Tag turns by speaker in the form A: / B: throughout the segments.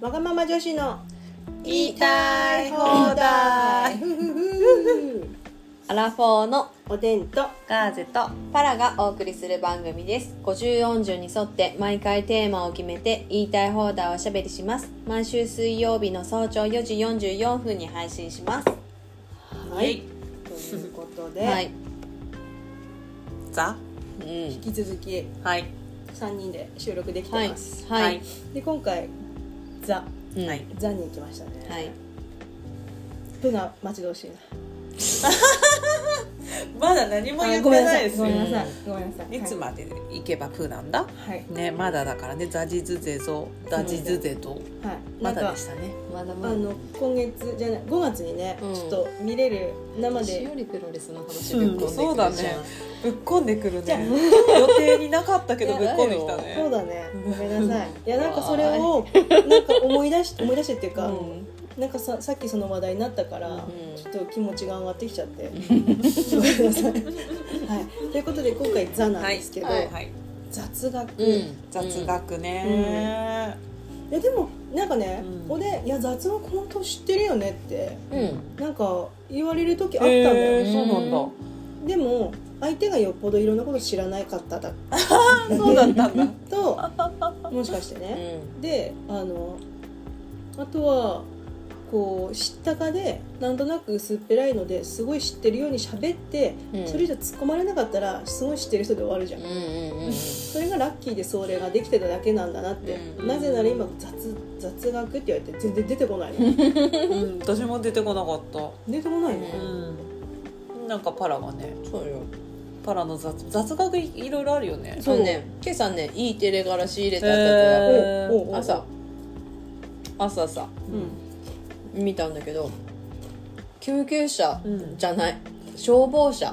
A: わがまま女子の
B: 言いたい放題アラフォーの
A: おでんと
B: ガーゼとパラがお送りする番組です5040に沿って毎回テーマを決めて言いたい放題をおしゃべりします毎週水曜日の早朝4時44分に配信します
A: は
B: イエ
A: い
B: イ
A: ということで、
B: はい
C: ザ
B: うん
A: 引き続き
C: はい
A: 3人で収録でき
B: は
A: て
B: い
A: ます、
B: はい
A: で今回ザ
B: うん
C: はい
A: ザに行きましたね、
B: はい
A: プが待ち遠しいな
C: まだ何も言
A: あ
C: っ
A: ごめ
C: て
A: んな
C: な
A: さ
C: い
A: い
C: です
A: ご
C: よ
A: めんなさいごめんなさい
C: いつ
A: は
C: まで行けばプーなんだ
A: い、はい
C: ねまだだからねザジズゼゾダジズゼと
A: はいな
C: ま
A: んか
C: だでしたね
B: まだ
A: あ
B: まだ
A: の今月じゃない5月にね、
B: うん
A: ちょっと見れる生
B: 私
A: で
B: よりプロレスの話
C: う
B: ぶっ込
C: ん
B: んでくるじゃん
C: そうだねぶっこんでくる
A: じゃあ
C: ね予定になかったけ ど
B: い
C: ぶっ
B: や
C: こんできたね
A: そうだねごめんなさいいやなんかそれをなんか思い出し 思い出してっていうか、
C: うん
A: なんかささっきその話題になったから、
B: ん
A: ちょっと気持ちが上がってきちゃってごめんなさい、はい、ということで今回「ザ」なんですけど、
C: はいはい
A: 雑学、
B: う
A: い
B: ん
C: 雑学ね
A: やでもなんかね、
C: うん
A: 俺いや雑学本当知ってるよね」って
B: うん
A: なんか言われる時あったんだよ、
C: へ
B: ね
C: ーそうなん
B: うん
C: だ
A: でも相手がよっぽどいろんなこと知らないかっただ
C: そうだったんだ
A: ともしかして
B: う
A: ね、
B: ん
A: であのあとはこう知ったかでなんとなく薄っぺらいのですごい知ってるように喋って、
B: うん
A: それ以上突っ込まれなかったらすごい知ってる人で終わるじゃん、
B: うんうんうん
A: それがラッキーでそれができてただけなんだなって、
C: うん
A: なぜなら今雑雑学って言われて全然出てこないの
C: うん私も出てこなかっ
A: 出てこないね
C: たうんなんかパラがね
B: そうよ
C: パラの雑雑学いいろいろあるよね
B: そうね今朝ねいいテレから仕入れた雑
C: へ
A: おう
B: 学
C: ー
A: おうおう
B: 朝朝さ
A: うん
B: 見たんだけど救急車
C: うん
B: じゃない消防車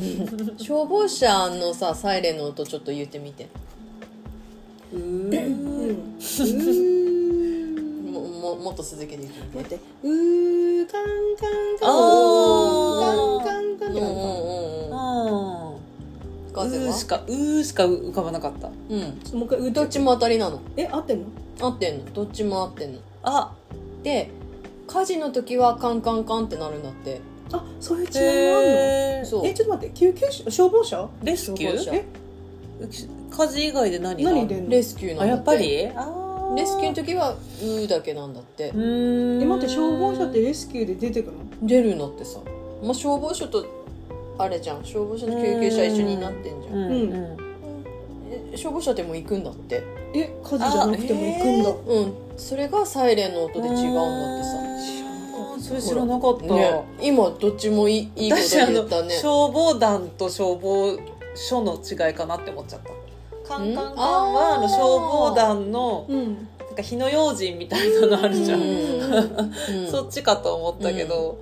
B: 消防車のさサイレンの音ちょっと言ってみて
C: う
A: うん
C: ん
A: うーん
B: もももっと続けていく
A: 待ってうーカンカンカン
C: あー
A: カンカンカンっ
B: うん
A: てなんか
B: うんうん
C: あ
B: ガゼ
C: う
B: は
C: ーしかうーしか浮かばなかった
B: うん
A: ちょっともう一回うー
B: どっちも当たりなの
A: え合ってんの
B: 合ってんのどっちも合ってんの
C: あ
B: で火事の時はカンカンカンってなるんだって
A: あそういう違いもあるの
C: へー
B: そう
A: えちょっと待って救急車消防車
C: レスキュ
B: 消
C: ー
B: 防
C: 火事以外で何が
A: 何出んの
B: レ
A: え
B: スキューな
C: あ
B: んだ
C: や
B: って
C: っぱりあー
B: レスキューの時は「うー」だけなんだって
C: うーん
A: 待って消防車ってレスキューで出てくの
B: 出るのってさ、まあ、消防署とあれじゃん消防署と救急車一緒になってんじゃ
C: うんんうん
B: え消防車でも行くんだって
A: え火事じゃなくても行くんだ、
B: うんそれがサイレンの音で違うんだってさ
C: さそれ知らなかった、
B: ね、今どっちもいいいいこと
C: 私あ
B: 言
C: の
B: ったね
C: 消防団と消防署の違いかなって思っちゃったカンカンカンは
B: あー
C: あの消防団の
A: うん
C: なんか火の用心みたいなのあるじゃん、
B: うんうん
C: そっちかと思ったけど、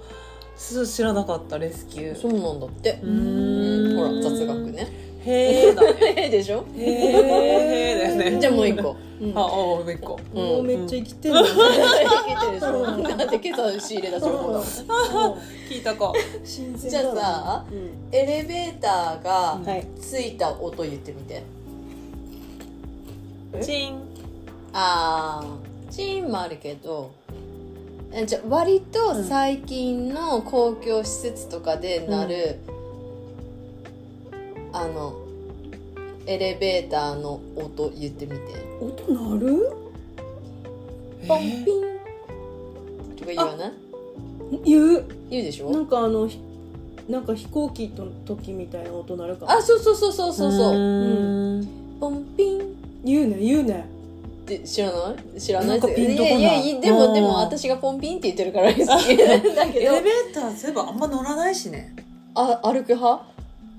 C: そう知らなかったレスキュー
B: そうなんだって
C: う
B: う
C: ー
B: ん
C: ん
B: ほら雑学ね
C: へえだね
B: えでしょ
C: へえだよね
B: じゃあもう一個
A: うん
C: ああもう一個
B: うん
A: もうめっちゃ生きてる、
B: 聞いてるでしょだって今朝仕入れた情報だもん
C: 聞いたか
A: 新鮮
B: じゃ
A: だ
B: あさエレベーターが
A: うんはい
B: ついた音言ってみて
C: チン
B: あーチーンもあるけどえじゃあ割と最近の公共施設とかでなる、あのエレベーターの音言ってみて
A: 音鳴る
B: ポンピンとか言わない
A: 言う
B: 言うでし
A: な
B: ょ
A: んかあのひなんか飛行機の時みたいな音鳴るか
B: あそうそうそうそうそうそう
C: うん
B: ポンピン
A: 言うね言うね
B: って知らない知らない
C: なんかピンとこない
B: いやいやいやでもで
C: うん
B: も私がポンピンって言ってるから好きなんだ
C: エ
B: けど
C: レベーターそういえばあんま乗らないしね
B: あ歩く派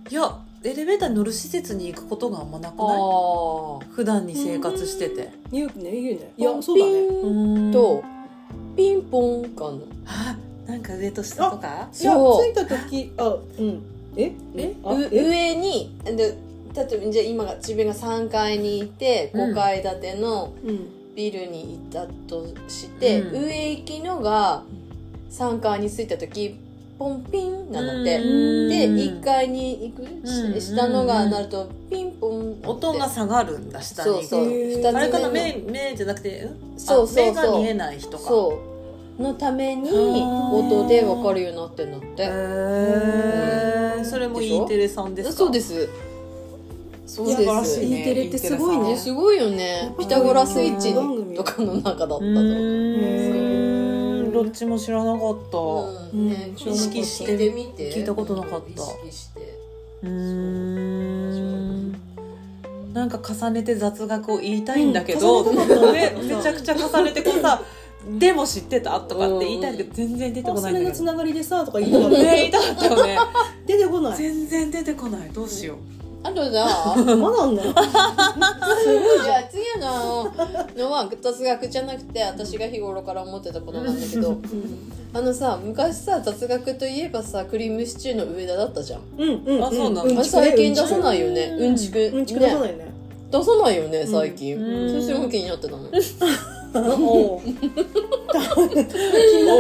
C: いやエレベーターに乗る施設に行くことがあんまなく
B: あ
C: ない
B: あ
C: 普段に生活してて
A: 言うね言うねい
B: いや
A: や
B: そ
A: そうう
B: だ
A: だ
B: ね
A: ね
C: うん
B: とピンポンかな
C: あなんか上と下とか
A: いや
B: そう
A: 着いた時あうんえ
C: え
A: あ
B: う上にで例えばじゃあ今が自分が3階にいて
C: うん
B: 5階建ての
A: うん
B: ビルにいたとして、
C: うん
B: 上行きのが3階に着いた時ポンピンなんだって、
A: うん
B: で1階に行く、し
C: うん
B: 下のがなるとピンうんって
C: 音が下がるんだ下に
B: そうそう
A: へー
B: 二つ目の
C: あれかな目目じゃなくてんあ
B: そうそう
C: 目が
B: そう
C: 見えない人か
B: そうのために
C: あー
B: 音で分かるようになってんだって、
C: へえそれも
B: でしょ
C: E テレさんですか
B: そうですすそう
A: です
B: です
C: 素晴らしいね
A: E テレってすごいね
C: E テレ
B: ね
C: さん
B: すごいよねピタゴラスイッチとかの中だったと、
C: う
B: うん
A: う
C: ー
A: んん
C: どっちも知らなかった
A: ん
B: ね
A: 意
B: ちょうどこう
C: 識して
B: 聞いてみて
C: 聞いたことなかった
B: 意識して
C: うーんなんか重ねて雑学を言いたいんだけど、
A: うん重ねたかった
C: ねめちゃくちゃ重ねてこうさ「でも知ってた?」とかって言いたいんだけど全然出て
A: あ
C: こ
A: そ
C: ない
A: れ
C: んだ
A: の
C: け
A: つ
C: ど。
A: ながりでさとか言いながら
C: ね、言いたかったよね
A: 出てこない
C: 全然出てこないどうしよ
B: あとさ
A: まだあんの
B: じゃあ次の のは雑学じゃなくて私が日頃から思ってたことなんだけどあのさ昔さ雑学といえばさクリームシチューの上田だったじゃん
A: うんうんうん
C: あそうなの
A: うん
B: あ
A: ちくね
B: 最近出さないよね
C: う
B: うんんちく
A: うんちく出
B: ね
A: さないね
B: 出さないよね最近、
C: うん
B: それすごい気になってたの
C: うおう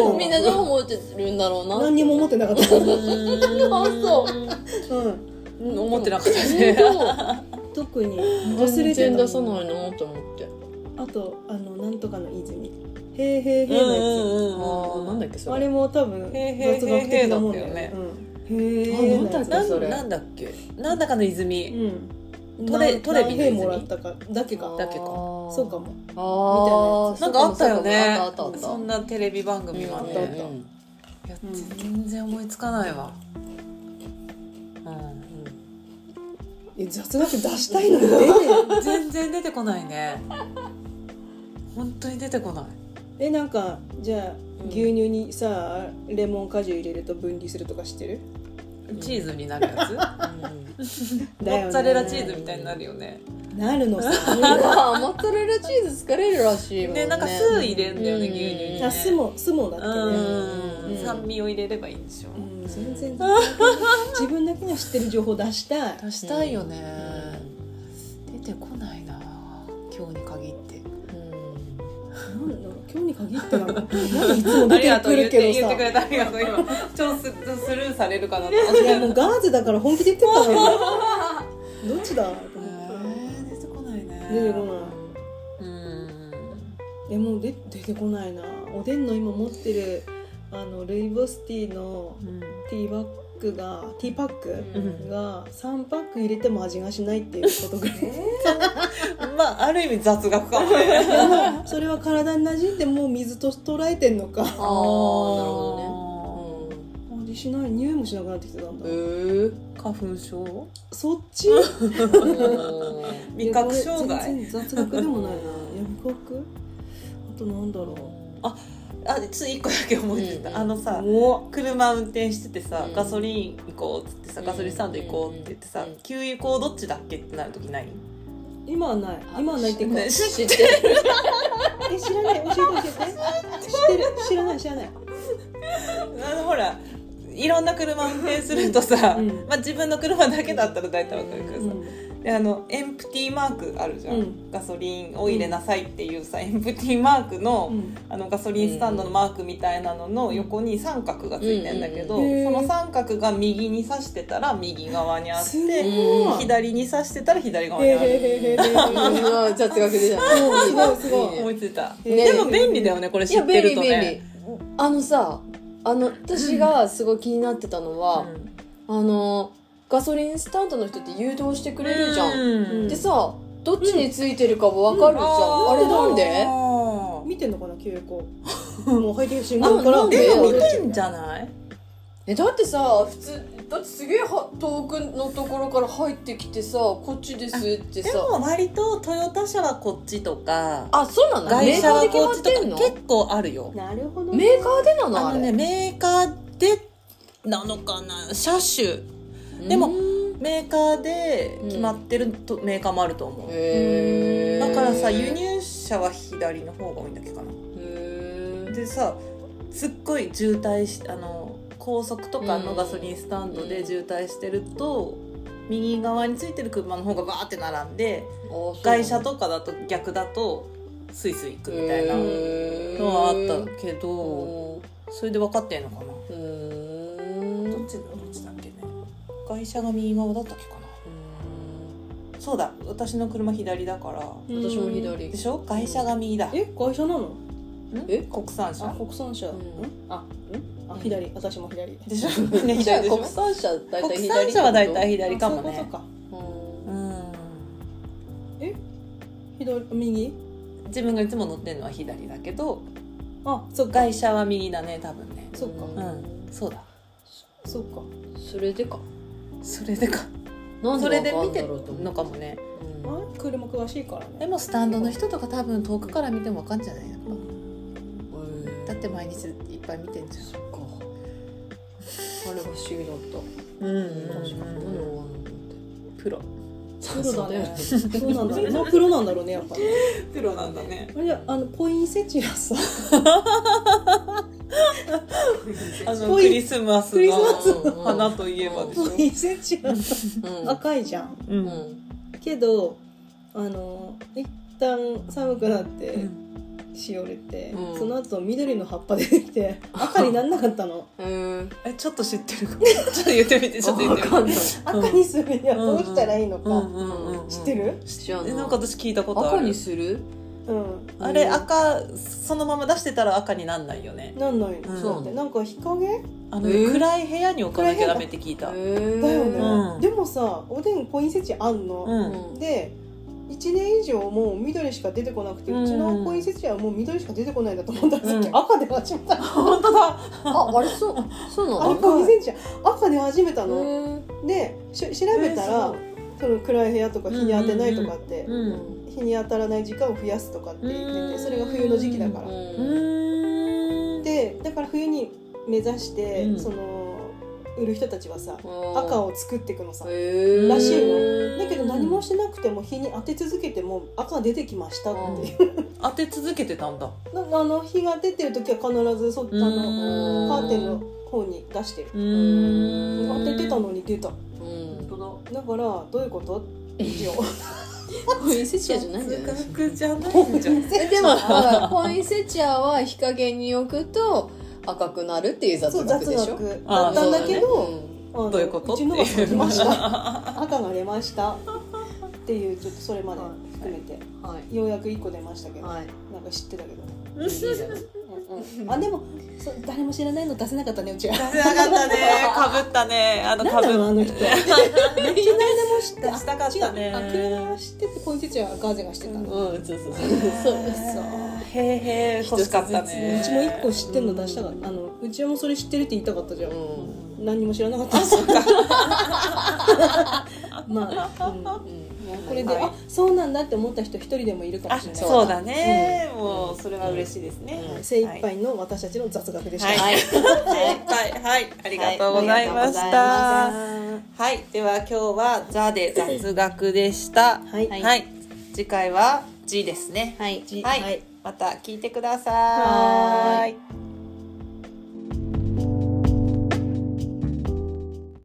C: おう
B: みんなどう思ってるんだろうな
A: 何にも思ってなかった
C: うーん
B: あそう
A: うん
C: うん思ってなかったね
A: 特に
B: 忘
A: 忘
B: れ
A: れ
B: て
A: て
B: 出
A: た
B: さないなと思って
A: あとあのなんとかの泉へーへーへー
C: う
A: のや
B: あ
C: ん
B: ーなんだっけ
A: つ
B: そ
A: あ
B: れ
A: れも多分
C: へーへーへー
A: 雑学的なもんだよ
C: へーへーだ
A: ねうん
C: った
A: へーへー
B: あなんだっけ
C: な
B: それ
C: んなんだっけなんだかの泉
A: うん
C: トレ
A: な
C: トレビの泉
A: 何兵もらったかだけか
C: だけか
A: そうかも
B: ああ
C: なんかあったよね
B: あったあった
C: そんなテレビ番組はね、
A: うんあったあった
C: いや
A: うん
C: 全然思いつかないわ、うん
A: え雑学出したいのに出ね
C: 全然出てこないね本当に出てこない
A: ええなんかじゃあ
B: うん
A: 牛乳にさレモン果汁入れると分離するとか知ってる
C: チーズになるやつ、
A: だ
C: モ
A: よね
C: ッツァレラチーズみたいになるよね
A: なるのさ
B: あモッツァレラチーズ作れるらしいもんね
C: でなんか酢入れんだよね、
B: うん
C: 牛乳に、ね、
A: あ酢も酢もだ
C: う
A: ってね
C: ん、
A: うん
C: 酸味を入れればいいんでしょ、
A: うん全然自分だけが知ってる情報出したい
C: 出したいよね、出てこないな今日に限って
A: なんだろう今日に限ってなのなんでいつも
C: あ
A: 出
C: りが
A: て
C: とう
A: く
C: 言
A: る
C: って
A: け
C: 言
A: ど
C: っ
A: さ
C: てくれたありがとう今超ススルーされるかなと思って
A: いやもうガーゼだから本気で言ってた のよどっちだと思っ
C: 出てこないね
A: て出てこない
C: うん
A: えもうで出てこないなおでんの今持ってるあのルイボスティーのティーバッグがティーパック
C: うん
A: が3パック入れても味がしないっていうことぐらい
C: まあある意味雑学かもね
A: でも それは体に馴染んでもう水と捉えてんのか
B: ああなるほどね
A: 味しない匂いもしなくなってきてたんだ
B: えー
C: 花粉症
A: そっち
B: う
C: 味覚障
A: いやこれ
C: 害
A: 全然雑学でもないないや味覚あとなんだろ
C: あちょっと一個だけ思いついた、
B: うん
C: あの
A: う
C: さ
A: お
C: 車運転しててさ、
B: うん
C: ガソリン行こうっつってさガソリンスタンド行こうって言ってさ、
B: うん
C: 給油口どっちだっけってなる時ない
A: 今はない
B: あ
A: 今はないっていうか
C: ね
A: え
B: 知ってる
A: 知らない教えて教えて知ってる知らない知らない
C: あのほらいろんな車運転するとさ、
A: うん
C: まあ、自分の車だけだったら大体わかるけど
A: う
C: さ、
A: ん
C: であのエンプティーマークあるじゃん、
A: うん
C: ガソリンを入れなさいっていうさ、エンプティーマークの,、
A: うん
C: あのガソリンスタンドのマークみたいなのの横に三角がついてんだけど、
A: うんうんへー
C: その三角が右に刺してたら右側にあっ
A: す
C: て
A: ごい
C: 左に刺してたら左側
A: へ
C: に
A: へ
C: ある、
A: へ へへへ
B: 雑学でじゃない
A: すごいすご
C: 思いついた、
A: へー
C: でも便利だよねこれ
B: い
C: 知
B: や
C: って
B: 便
C: る
B: 利
C: と
B: 便利
C: ね
B: あのさあの私がすごい気になってたのは、あのガソリンスタンドの人って誘導してくれるじゃん、
A: うん
B: でさどっちについてるかもわかるじゃん、あれなんで
A: 見てんのかな休校もう入ってきてる瞬間
B: あ
A: か
B: な
A: ら
B: んで
C: でも
B: も
C: 見
B: 見
C: てんじゃない
B: えだってさ普通だってすげえは遠くのところから入ってきてさこっちですって
C: で
B: さ
C: も割とトヨタ車はこっちとか
B: あそうなの
C: 外
B: メー
C: 車
B: カー
C: は
B: で決
C: こ
B: ま
C: っち
B: ってん
C: と
B: の
C: か結構あるよ
A: なるほど
B: メーカーでなの
C: あ
B: あ
C: の
B: れ
C: ねメーカーでなのかな車種でも
B: うん
C: メーカーで決まってると、メーカーもあると思う
B: へー
C: だからさ輸入車は左の方が多いんだっけかな
B: へ
C: でさすっごい渋滞しあの高速とかのガソリンスタンド
B: うん
C: で渋滞してると、右側についてる車の方がバーって並んで
B: ー
C: 外車とかだと逆だとスイスイ行くみたいなのはあったけどそれで分かってんのかな
B: た
C: どっちだどっちだっけね外車が右側だったっけかなそうだ私の車左だから、
A: うん
B: 私も左
C: でしょ会社が右だ
A: え会社なの
C: ん
B: え
C: 国産
A: あ
C: 車
A: 国産車、
B: うん
A: あ
B: う
A: あ
B: ん
A: 左、私も左
C: でしょね
B: じゃあ
C: 左でしょ
B: 国産車大体左
C: 国産車は大体
B: い
C: 左かも
A: あそういう
C: ね
A: ことか
B: うん
C: うん
A: 左右
C: 自分がいつも乗ってるのは左だけど
A: あそっか
C: 会社は右だね多分ね
A: そっか
C: うんそうだ
A: そっか
B: それでか
C: それでか
B: なん
C: それで見て
B: る
C: るのかもね
B: うん
A: あ車詳しいからね
C: でもスタンドの人とか多分遠くから見ても分かんじゃないやっぱ
B: うん
C: だって毎日いっぱい見てんじゃん
B: そっかあれが不思議だった
C: うん
B: 確かに何がわかんなくなって
C: プロ
A: プロだね
B: そ
A: そうなんだろうなプロなんだろうねやっぱね
C: プロなんだね
A: あれあのポインセチアさ
C: あの
A: ぽ
C: ク
A: い
C: リスマス
A: クリスマ
C: の
A: ス
C: 花といえばでしょ
A: ポインセチアさ
B: うん
A: 赤いじゃん
C: う
B: うんん
A: けどあの一旦寒くなって、
C: うん
A: しおれて、
B: うん
A: その後緑の葉っぱ出てきて赤になんなかったの
B: うん
C: えちょっと知ってるかも ちょっと言ってみてちょっと言ってみて
B: んない
A: 赤にするにはどうしたらいいのか、知ってる、
B: 知らない
C: えなんか私聞いたことある
B: 赤にする
A: うん
C: あれ
B: うん
C: 赤そのまま出してたら赤になんないよね
A: なんない、
C: うん
A: そうなんだよなんか日陰
C: あの、
B: えー
C: 暗い部屋に置かなきゃダメって聞いた、
A: だよ
B: ね
A: ね、
C: うん
A: でもさおでんポインセチアあん
C: う
A: の、
C: ん
A: で1年以上もう緑しか出てこなくて、う
C: うん
A: ちのポインセチアはもう緑しか出てこないんだと思ったら、さっき
C: うん
A: 赤で始めた、
C: 本当だ
B: あ、あれそう、そうな
A: あれ
B: の。
A: ポインセチア赤で始めた
B: う
A: の、
B: ん
A: でし調べたら、その暗い部屋とか日に当てないとかって、
B: う
C: う
B: んん
A: 日に当たらない時間を増やすとかって言って
C: うん
A: てそれが冬の時期だから
B: う。
C: うんん
A: でだから冬に目指して、
C: うん
A: その売る人たちはさ赤
B: 赤
A: を作っていくのさ、
B: へー
A: らしい
C: の
A: だけど何もしなくても日に当て続けても赤出てきましたっていう、
C: 当て続けてたんだ
A: なんかあの日が出てる時は必ずそっあの
B: うん
A: カーテンの方に出してる
C: うん
A: 当ててたのに出ただ
B: うん。
A: か
C: 本
A: らどういうこと一 応
B: ポインセチアじゃないんじゃない。
C: じゃないんじゃん
B: え、でも、あポインセチアは日陰に置くと。赤くなるっていう雑
A: そう
B: 学
A: 雑
B: でしょ。
A: 学
C: あ
A: だった
C: ー
A: んだけど
B: そうだね
A: あの
C: どういうこと
A: うちのが咲きました
C: た
A: 赤が出ましたっていうちょっとそれまで含めて、
B: うんはい。
A: ようやく1個出ましたけど、
B: はい。
A: なんか知ってたけど
B: いいじゃない
A: あでもそう誰も知らないの出せなかったねうちら。
C: なかったねかぶったねあの
A: な
C: か
A: んな
C: ぶ
A: のあの人。知らないでも知って。あ
C: したかっ
A: 違
C: た
A: う。
C: ね
A: あクレナは知っててポインセチアはガーゼがしてたの。
B: うん、そうそうそう。そうそう。
C: へえへえ欲しかったね
A: うちも一個知ってんの出したかった。あのうちもそれ知ってるって言いたかったじゃん。
B: うん。
A: 何にも知らなかった。 まあ、うん
B: うん
A: これで、
C: はい
A: あそうなんだって思った人一人でもいるかも
C: あ
A: しれない。
C: そうだね、もうそれは嬉しいですね、
A: はい精一杯の私たちの雑学でした。
B: はい。
C: はい、はい、ありがとうございました。
B: は
C: はい、では今日はザで雑学でした。
A: はい
C: 次回は G ですね。
B: はい。
C: はい、
A: はい
C: また聞いてください。